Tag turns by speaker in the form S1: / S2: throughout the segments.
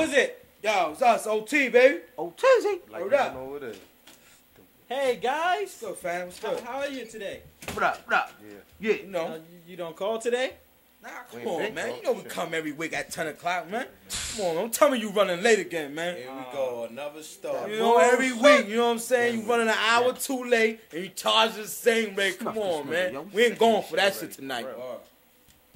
S1: is it? Yo, it's us, OT, baby.
S2: Oh, Tizzy.
S3: Like,
S1: Word
S3: you
S1: up.
S3: know what it is.
S4: Hey guys,
S1: What's up, fam? What's
S4: how,
S1: up?
S4: how are you today?
S2: What up? What up?
S3: Yeah.
S2: Yeah.
S1: You
S4: Uh,
S1: know,
S4: you, you don't call today?
S1: nah,
S3: we ain't
S1: come on,
S3: been
S1: man.
S3: close.
S1: You know we
S3: Shit.
S1: come every week at 10 o'clock, man. Come on, don't tell me you running late again, man.
S5: Here we go, another story.
S1: You know, every week, you know what I'm saying? You running an hour too late and you charge the same rate. Come
S2: Smack
S1: on,
S2: this nigga, yo.
S1: man. We ain't going for that shit
S3: Already,
S1: tonight.
S3: bro.
S5: Word.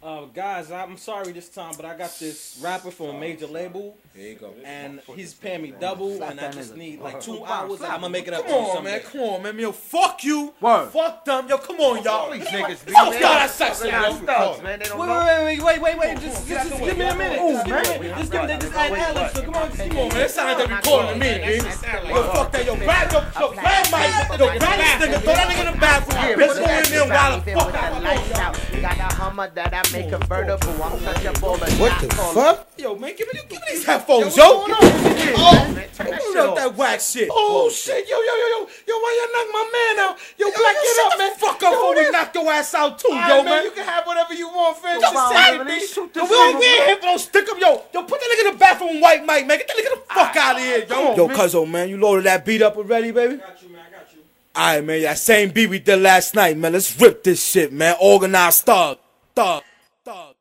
S4: Uh, guys, I'm sorry this time, but I got this rapper from a major label,
S5: Here you go.
S4: and he's paying me double, and I just need like two hours. and I'm gonna make it up.
S1: Come on,
S4: someday.
S1: man. Come on, man. Yo, fuck you.
S2: Word.
S1: Fuck them. Yo, come on, y'all.
S3: These niggas be
S1: Fuck
S3: mad.
S1: y'all, that sucks,
S3: They
S1: yo.
S3: got thugs, man. They don't
S4: Wait,
S3: know.
S4: wait, wait, wait, wait, wait, wait. Just, just, just give me a minute. Just give me a minute. Just give me just add Alex. So come on, just
S1: Come
S4: give
S1: on, man.
S4: me.
S1: That sound like they recording to me, nigga. Yo, fuck that. Yo, grab yo, yo, grab my, yo, grab this nigga. Throw that nigga in the bathroom. Bitch, go in there and wild the fuck out. Come on, y'all.
S2: Got a Hummer that I make convertible. I'm such a baller.
S5: What the fuck?
S1: Yo, man, give me, give me these headphones, yo. Oh, you know that whack shit. Oh shit, yo, yo, yo, yo, yo, why you knock my man out? Yo, black it up, man. Fuck up, before we knock your ass out too, yo,
S5: Alright,
S1: man.
S5: You can have whatever you want, fam.
S1: Just
S2: Come on,
S1: say it,
S2: man,
S1: bitch.
S2: let's shoot
S1: Yo,
S2: this
S1: we don't
S2: nigga,
S1: get
S2: man.
S1: hit for no stick up, yo. Yo, put that nigga in the bathroom, white Mike, man. Get that nigga the fuck out of here, yo. Yo, cuzzo, man, you loaded that beat up already, baby?
S4: Got you, man. I got you.
S1: All right, man, that same beat we did last night, man. Let's rip this shit, man. Organized thug, thug, thug.